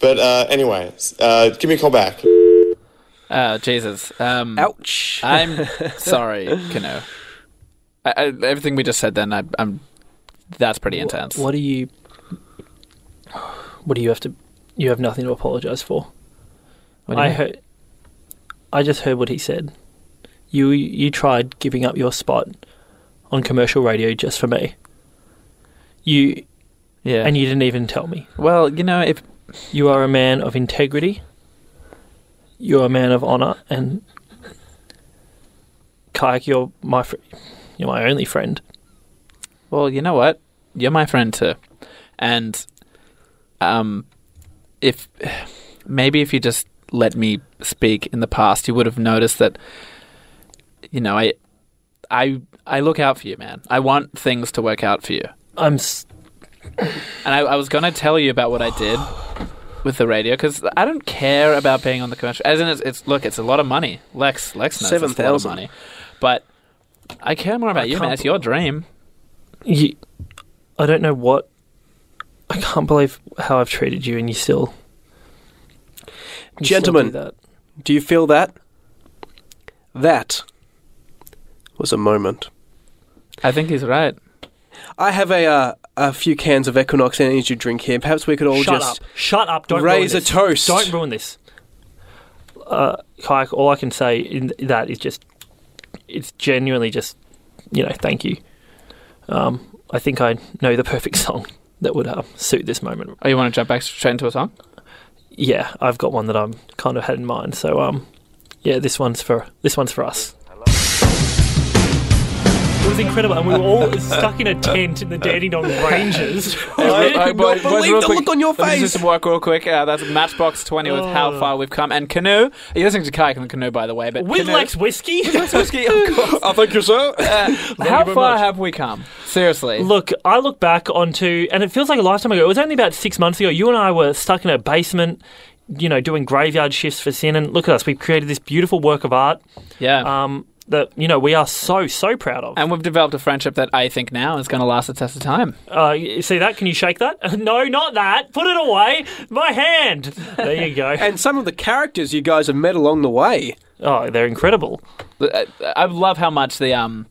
J: But uh, anyway, s- uh, give me a call back.
I: Oh Jesus! Um,
H: Ouch!
I: I'm sorry, Kano. I, I, everything we just said then, I, I'm. That's pretty intense.
A: What do you? What do you have to? You have nothing to apologize for.
I: What do you
A: I
I: mean?
A: heard. I just heard what he said. You you tried giving up your spot on commercial radio just for me. You.
I: Yeah.
A: And you didn't even tell me.
I: Well, you know, if
A: you are a man of integrity, you're a man of honor, and Kayak, you're my fr- you're my only friend.
I: Well, you know what? You're my friend too, and um, if maybe if you just let me speak in the past, you would have noticed that. You know, I, I, I look out for you, man. I want things to work out for you.
A: I'm. S-
I: And I, I was going to tell you about what I did with the radio because I don't care about being on the commercial. As in, it's, it's look, it's a lot of money. Lex, Lex knows it's a lot of
H: 7,000.
I: money, but I care more about you, man.
A: can't
I: It's your dream.
A: You, I don't know what. I can't believe how I've treated you, and you still. you still do
H: Gentlemen,
A: that.
H: do you feel that? That was a moment.
I: I think he's right.
H: I have a uh, a few cans of Equinox energy drink here. Perhaps we could all
A: Shut
H: just
A: up! Shut up! Don't
H: raise
A: ruin
H: a
A: this.
H: toast.
A: Don't ruin this. Uh, Kayak, all I can say in that is just, it's genuinely just, you know, thank you. Um, I think I know the perfect song that would uh, suit this moment.
I: Oh, you want to jump back straight into a song?
A: Yeah, I've got one that I'm kind of had in mind. So, um, yeah, this one's for this one's for us. It was incredible, and we were all stuck in a tent in the Danny Dong Ranges.
I: I
A: could not believe the look on your
I: Let me
A: face. Oh.
I: just work real quick. Uh, that's Matchbox 20 with how far we've come. And Canoe. You're listening to Kayak and Canoe, by the way. But
A: With
I: Canoe-
A: Lex Whiskey?
I: Whiskey, of course. Uh,
H: I thank you, sir.
I: how
A: very
I: far
A: much.
I: have we come? Seriously.
A: Look, I look back onto, and it feels like a lifetime ago. It was only about six months ago. You and I were stuck in a basement, you know, doing graveyard shifts for sin. And look at us, we've created this beautiful work of art
I: Yeah.
A: um, that, you know, we are so, so proud of.
I: and we've developed a friendship that I think now is going to last the test of time.
A: Uh, you see that? Can you shake that? no, not that. Put it away. My hand. There you go.
H: and some of the characters you guys have met along the way.
A: Oh, they're incredible.
I: I Uh, I love how much the um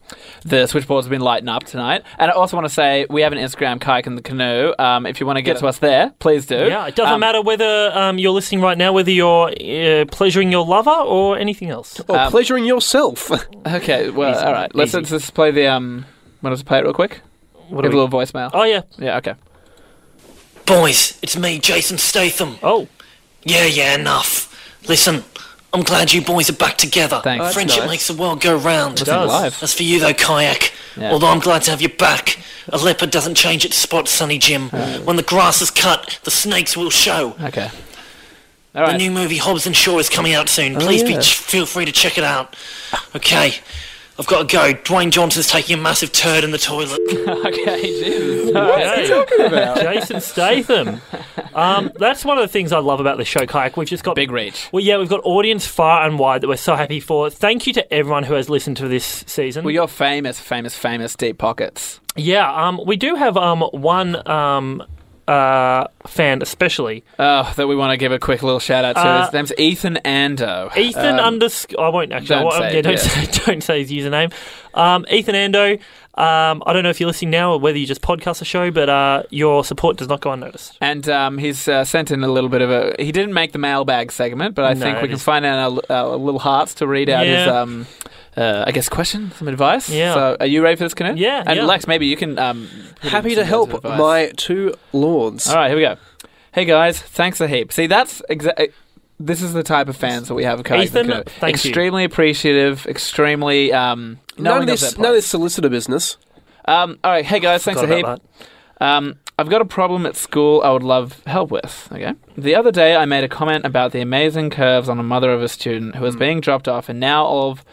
I: the switchboard's been lighting up tonight, and I also want to say we have an Instagram, Kayak and the Canoe. Um, if you want to get to us there, please do.
A: Yeah, it doesn't
I: Um,
A: matter whether um, you're listening right now, whether you're uh, pleasuring your lover or anything else.
H: Or pleasuring yourself.
I: um, Okay, well, all right. Let's,
A: Oh, easy.
I: let's just play the um. Want us to play it real quick?
A: What
I: Give
A: do
I: a
A: we-
I: little voicemail.
A: Oh, yeah.
I: Yeah. Okay.
L: Boys, it's me, Jason Statham.
A: Oh.
L: Yeah, yeah, enough. Listen, I'm glad you boys are back together.
I: Thanks. That's
L: Friendship
I: nice.
L: makes the world go round.
I: It does. Live.
L: As for you though, kayak.
I: Yeah.
L: Although I'm glad to have you back. A leopard doesn't change its spots, Sonny Jim. When the grass is cut, the snakes will show.
I: Okay. All right.
L: The new movie Hobbs and Shaw is coming out soon.
I: Oh,
L: Please
I: yeah.
L: be, ch- feel free to check it out. Okay, I've got to go. Oh, Dwayne Johnson's taking a massive turd in the toilet.
I: okay, Jesus.
A: Hey. Jason Statham. Um, that's one of the things I love about the show, Kayak. We've just got
I: Big reach.
A: Well, yeah, we've got audience far and wide that we're so happy for. Thank you to everyone who has listened to this season.
I: Well, you're famous, famous, famous deep pockets.
A: yeah, um, we do have um, one um, uh, fan especially.
I: Oh, that we want to give a quick little shout out to.
A: Uh,
I: His name's Ethan Ando.
A: Ethan
I: Um,
A: underscore. I won't actually. I
I: don't
A: won't-
I: say
A: yeah,
I: it,
A: don't,
I: yeah.
A: Say, don't say his username. Um, Ethan Ando. Um, I don't know if you're listening now or whether you just podcast the show, but uh, your support does not go unnoticed.
I: And um, he's uh, sent in a little bit of a. He didn't make the mailbag segment, but I
A: No,
I: think we
A: it
I: can
A: is-
I: find out our, our little hearts to read out his,
A: Yeah.
I: um, uh, I guess, question, some advice.
A: Yeah.
I: So, are you ready for this, Canoe?
A: Yeah,
I: And
A: yeah.
I: Lex, maybe you can. Um, put
M: Happy
I: in some
M: to
I: words of
M: help
I: advice.
M: my two lords.
I: All right, here we go. Hey guys, thanks a heap. See, that's exactly. This is the type of fans that we have. at Kayak
M: Ethan,
I: Kanoe.
M: thank you.
I: Extremely appreciative. Extremely. Um,
M: None
I: knowing
M: of
I: their
M: this,
I: place.
M: none of this solicitor business.
I: Um, all right, hey guys, thanks a
M: Forgot
I: heap.
M: about
I: Um, I've got a problem at school I would love help with. Okay. The other day, I made a comment about the amazing curves on a mother of a student
A: Hmm.
I: who was being dropped off, and now all of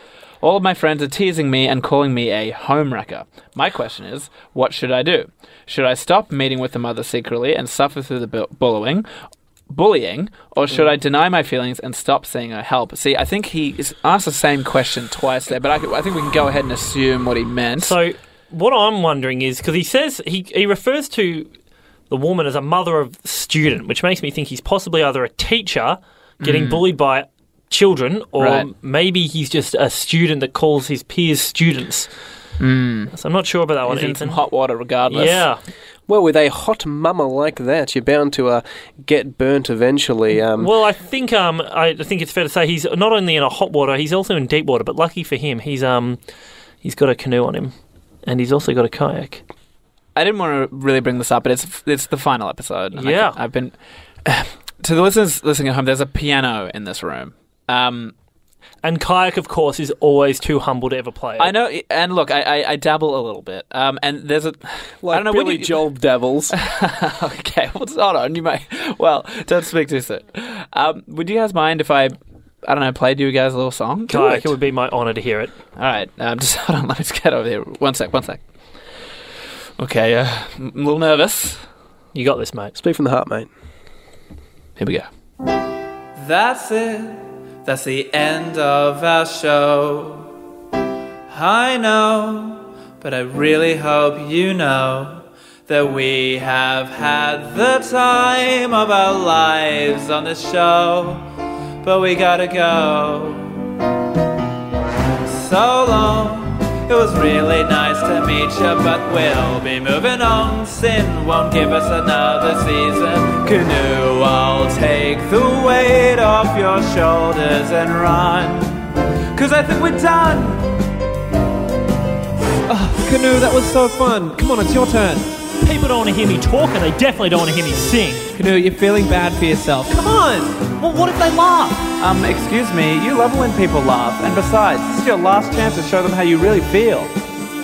I: all of my friends are teasing me and calling me a home wrecker. My question is, what should I do? Should I stop meeting with the mother secretly and suffer through the bu- bullying, bullying, or should
A: Hmm.
I: I deny my feelings and stop seeing her help? See, I think he is asked the same question twice there, but I, c- I think we can go ahead and assume what he meant.
A: So, what I'm wondering is because he says he he refers to the woman as a mother of student, which makes me think he's possibly either a teacher getting
I: Mm.
A: bullied by children, or
I: Right.
A: maybe he's just a student that calls his peers students. So I'm not sure about that one.
I: Mm. He's in
A: Ethan.
I: some hot water, regardless.
A: Yeah.
M: Well, with a hot mama like that, you're bound to uh, get burnt eventually. Um,
A: Well, I think um, I think it's fair to say he's not only in a hot water, he's also in deep water. But lucky for him, he's um, he's got a canoe on him, and he's also got a kayak.
I: I didn't want to really bring this up, but it's it's the final episode. and I
A: Yeah.
I: can- I've been to the listeners listening at home. There's a piano in this room. Um,
A: and kayak, of course, is always too humble to ever play. It.
I: I know, and look, I, I, I dabble a little bit. Um, and there's a I don't know
M: Billy
I: when you,
M: Joel dabbles.
I: okay, what's hold on? You may well don't speak too soon. Um, would you guys mind if I I don't know played you guys a little song?
A: Do Kayak, it. it would be my honor to hear it.
I: All right, um, just hold on. Let me just get over here. One sec. One sec. Okay, uh, I'm a little nervous.
A: You got this, mate.
M: Speak from the heart, mate.
I: Here we go.
J: That's it. That's the end of our show. I know, but I really hope you know that we have had the time of our lives on this show, but we gotta go. So long. It was really nice to meet you, but we'll be moving on. Sin won't give us another season. Canoe, I'll take the weight off your shoulders and run. Cause I think we're done.
A: Oh, canoe, that was so fun. Come on, it's your turn. People don't want to hear me talk, and they definitely don't want to hear me sing.
J: Canoe, you're feeling bad for yourself. Come on!
A: Well, what if they laugh?
J: Um, excuse me, you love when people laugh, and besides, this is your last chance to show them how you really feel.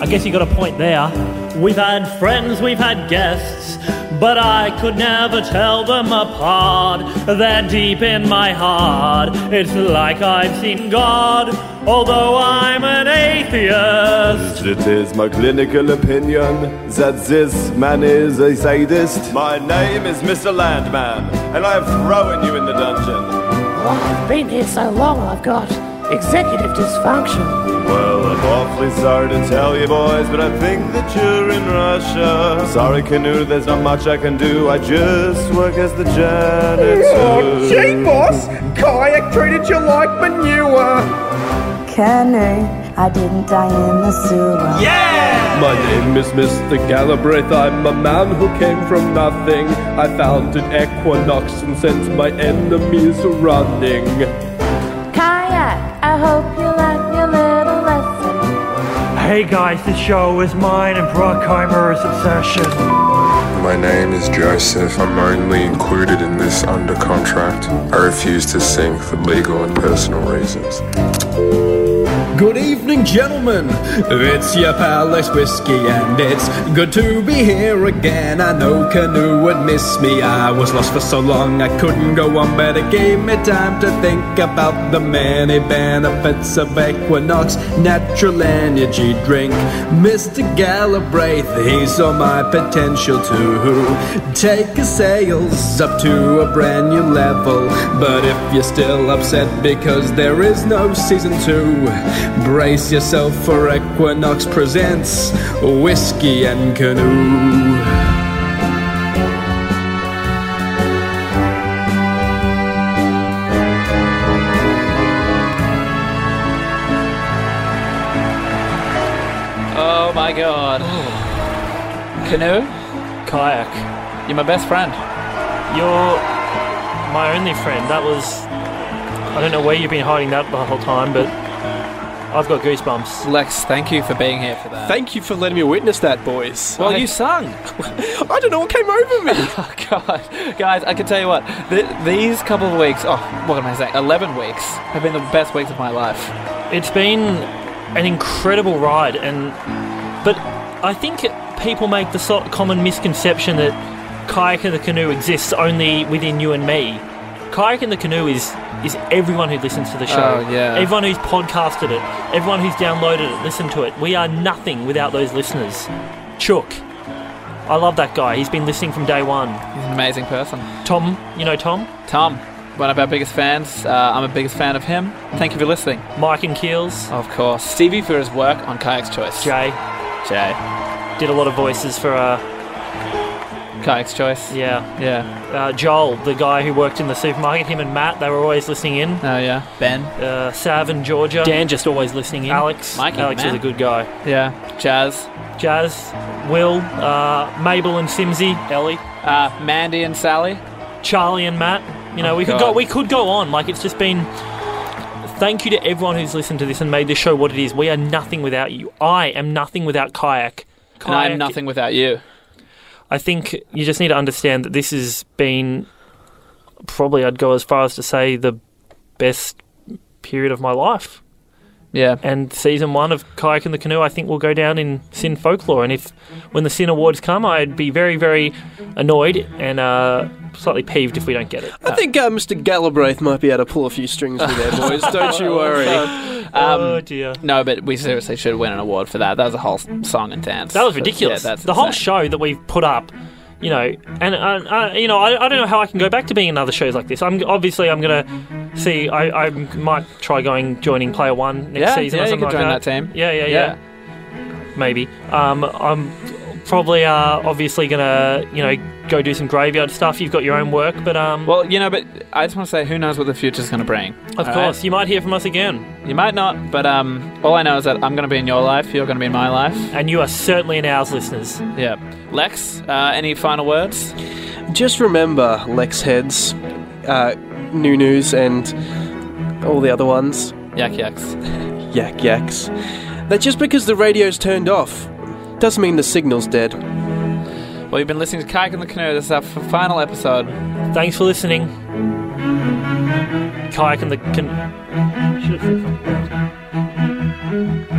N: I guess you got a point there. We've had friends, we've had guests, but I could never tell them apart. They're deep in my heart. It's like I've seen God, although I'm an atheist.
O: It is my clinical opinion that this man is a sadist. My name is Mr. Landman, and I have thrown you in the dungeon.
P: Well, I've been here so long, I've got executive dysfunction.
O: Well, I'm awfully sorry to tell you, boys, but I think that you're in Russia. Sorry, Canoe, there's not much I can do. I just work as the janitor.
Q: Oh, gee, boss! Kayak treated you like manure!
F: Canoe, I didn't die in the sewer.
Q: Yeah!
H: My name is Mr. Galbraith. I'm a man who came from nothing. I founded Equinox and sent my enemies running.
F: Kayak, I hope you like your little lesson.
R: Hey guys, the show is mine and Brockheimer's obsession.
S: My name is Joseph. I'm only included in this under contract. I refuse to sing for legal and personal reasons.
H: Good evening, gentlemen. It's your palace whiskey, and it's good to be here again. I know Canoe would miss me. I was lost for so long I couldn't go on, but it gave me time to think about the many benefits of Equinox natural energy drink. Mr. Galbraith, he saw my potential to take his sales up to a brand new level. But if you're still upset because there is no season two, brace yourself for Equinox presents Whiskey and Canoe.
I: Oh my god. Canoe? Kayak. You're my best friend.
A: You're my only friend. That was. I don't know where you've been hiding that the whole time, but I've got goosebumps.
I: Lex, thank you for being here for that.
H: Thank you for letting me witness that, boys.
I: Well,
H: I-
I: you sung.
H: I don't know what came over me.
I: oh, God. Guys, I can tell you what, th- these couple of weeks, oh, what am I saying? 11 weeks have been the best weeks of my life.
A: It's been an incredible ride, and but I think people make the sort of common misconception that kayak and the canoe exists only within you and me. Kayak and the canoe is is everyone who listens to the show.
I: Oh, yeah.
A: Everyone who's podcasted it, everyone who's downloaded it, listened to it. We are nothing without those listeners. Chook. I love that guy. He's been listening from day one.
I: He's an amazing person.
A: Tom, you know Tom?
I: Tom, one of our biggest fans. Uh, I'm a biggest fan of him. Thank you for listening.
A: Mike and Keels.
I: Of course. Stevie for his work on Kayak's Choice.
A: Jay.
I: Jay.
A: Did a lot of voices for uh,
I: Kayak's Choice.
A: Yeah.
I: Yeah.
A: Uh, Joel, the guy who worked in the supermarket, him and Matt, they were always listening in.
I: Oh, yeah. Ben.
A: Uh, Sav and Georgia. Dan just always listening in. Alex.
I: Mikey,
A: Alex is
I: man.
A: a good guy.
I: Yeah. Jazz.
A: Jazz, Will, uh, Mabel and Simsy, Ellie,
I: Uh, Mandy and Sally.
A: Charlie and Matt. You know,
I: Oh,
A: we could go
I: God.
A: we could go on. Like it's just been thank you to everyone who's listened to this and made this show what it is. We are nothing without you. I am nothing without kayak.
I: And I am
A: Kayak-
I: nothing without you.
A: I think you just need to understand that this has been probably, I'd go as far as to say, the best period of my life.
I: Yeah.
A: And season one of Kayak and the Canoe, I think, will go down in Sin folklore. And if, when the Sin Awards come, I'd be very, very annoyed and uh, slightly peeved if we don't get it.
H: I think uh, Mr. Galbraith might be able to pull a few strings with there, boys. Don't you worry.
I: Um,
A: oh, dear.
I: No, but we seriously should win an award for that. That was a whole s- song and dance.
A: That was ridiculous.
I: Yeah, that's
A: the whole
I: insane.
A: show that we've put up, you know, and uh, uh, you know, I, I don't know how I can go back to being in other shows like this. I'm obviously I'm gonna see. I, I might try going joining Player One next
I: Yeah,
A: season
I: yeah,
A: or
I: you
A: something
I: could
A: like
I: join
A: that.
I: that team.
A: Yeah, yeah,
I: Yeah.
A: yeah. Maybe. Um, I'm probably uh, obviously gonna you know go do some graveyard stuff. You've got your own work, but um,
I: Well, you know, but I just want to say, who knows what the future's going to bring?
A: of
I: all
A: course you might hear from us again,
I: right? You might not, but um, all I know is that I'm going to be in your life. You're going to be in my life.
A: and you are certainly in ours, listeners.
I: Yeah. Lex, uh, any final words?
H: Just remember, Lex Heads, uh, New News, and all the other ones,
I: Yak yaks.
H: Yak Yaks, that just because the radio's turned off doesn't mean the signal's dead.
I: Well, you've been listening to Kayak in the Canoe. This is our f- final episode.
A: Thanks for listening. Kayak and the can. Should have said something else.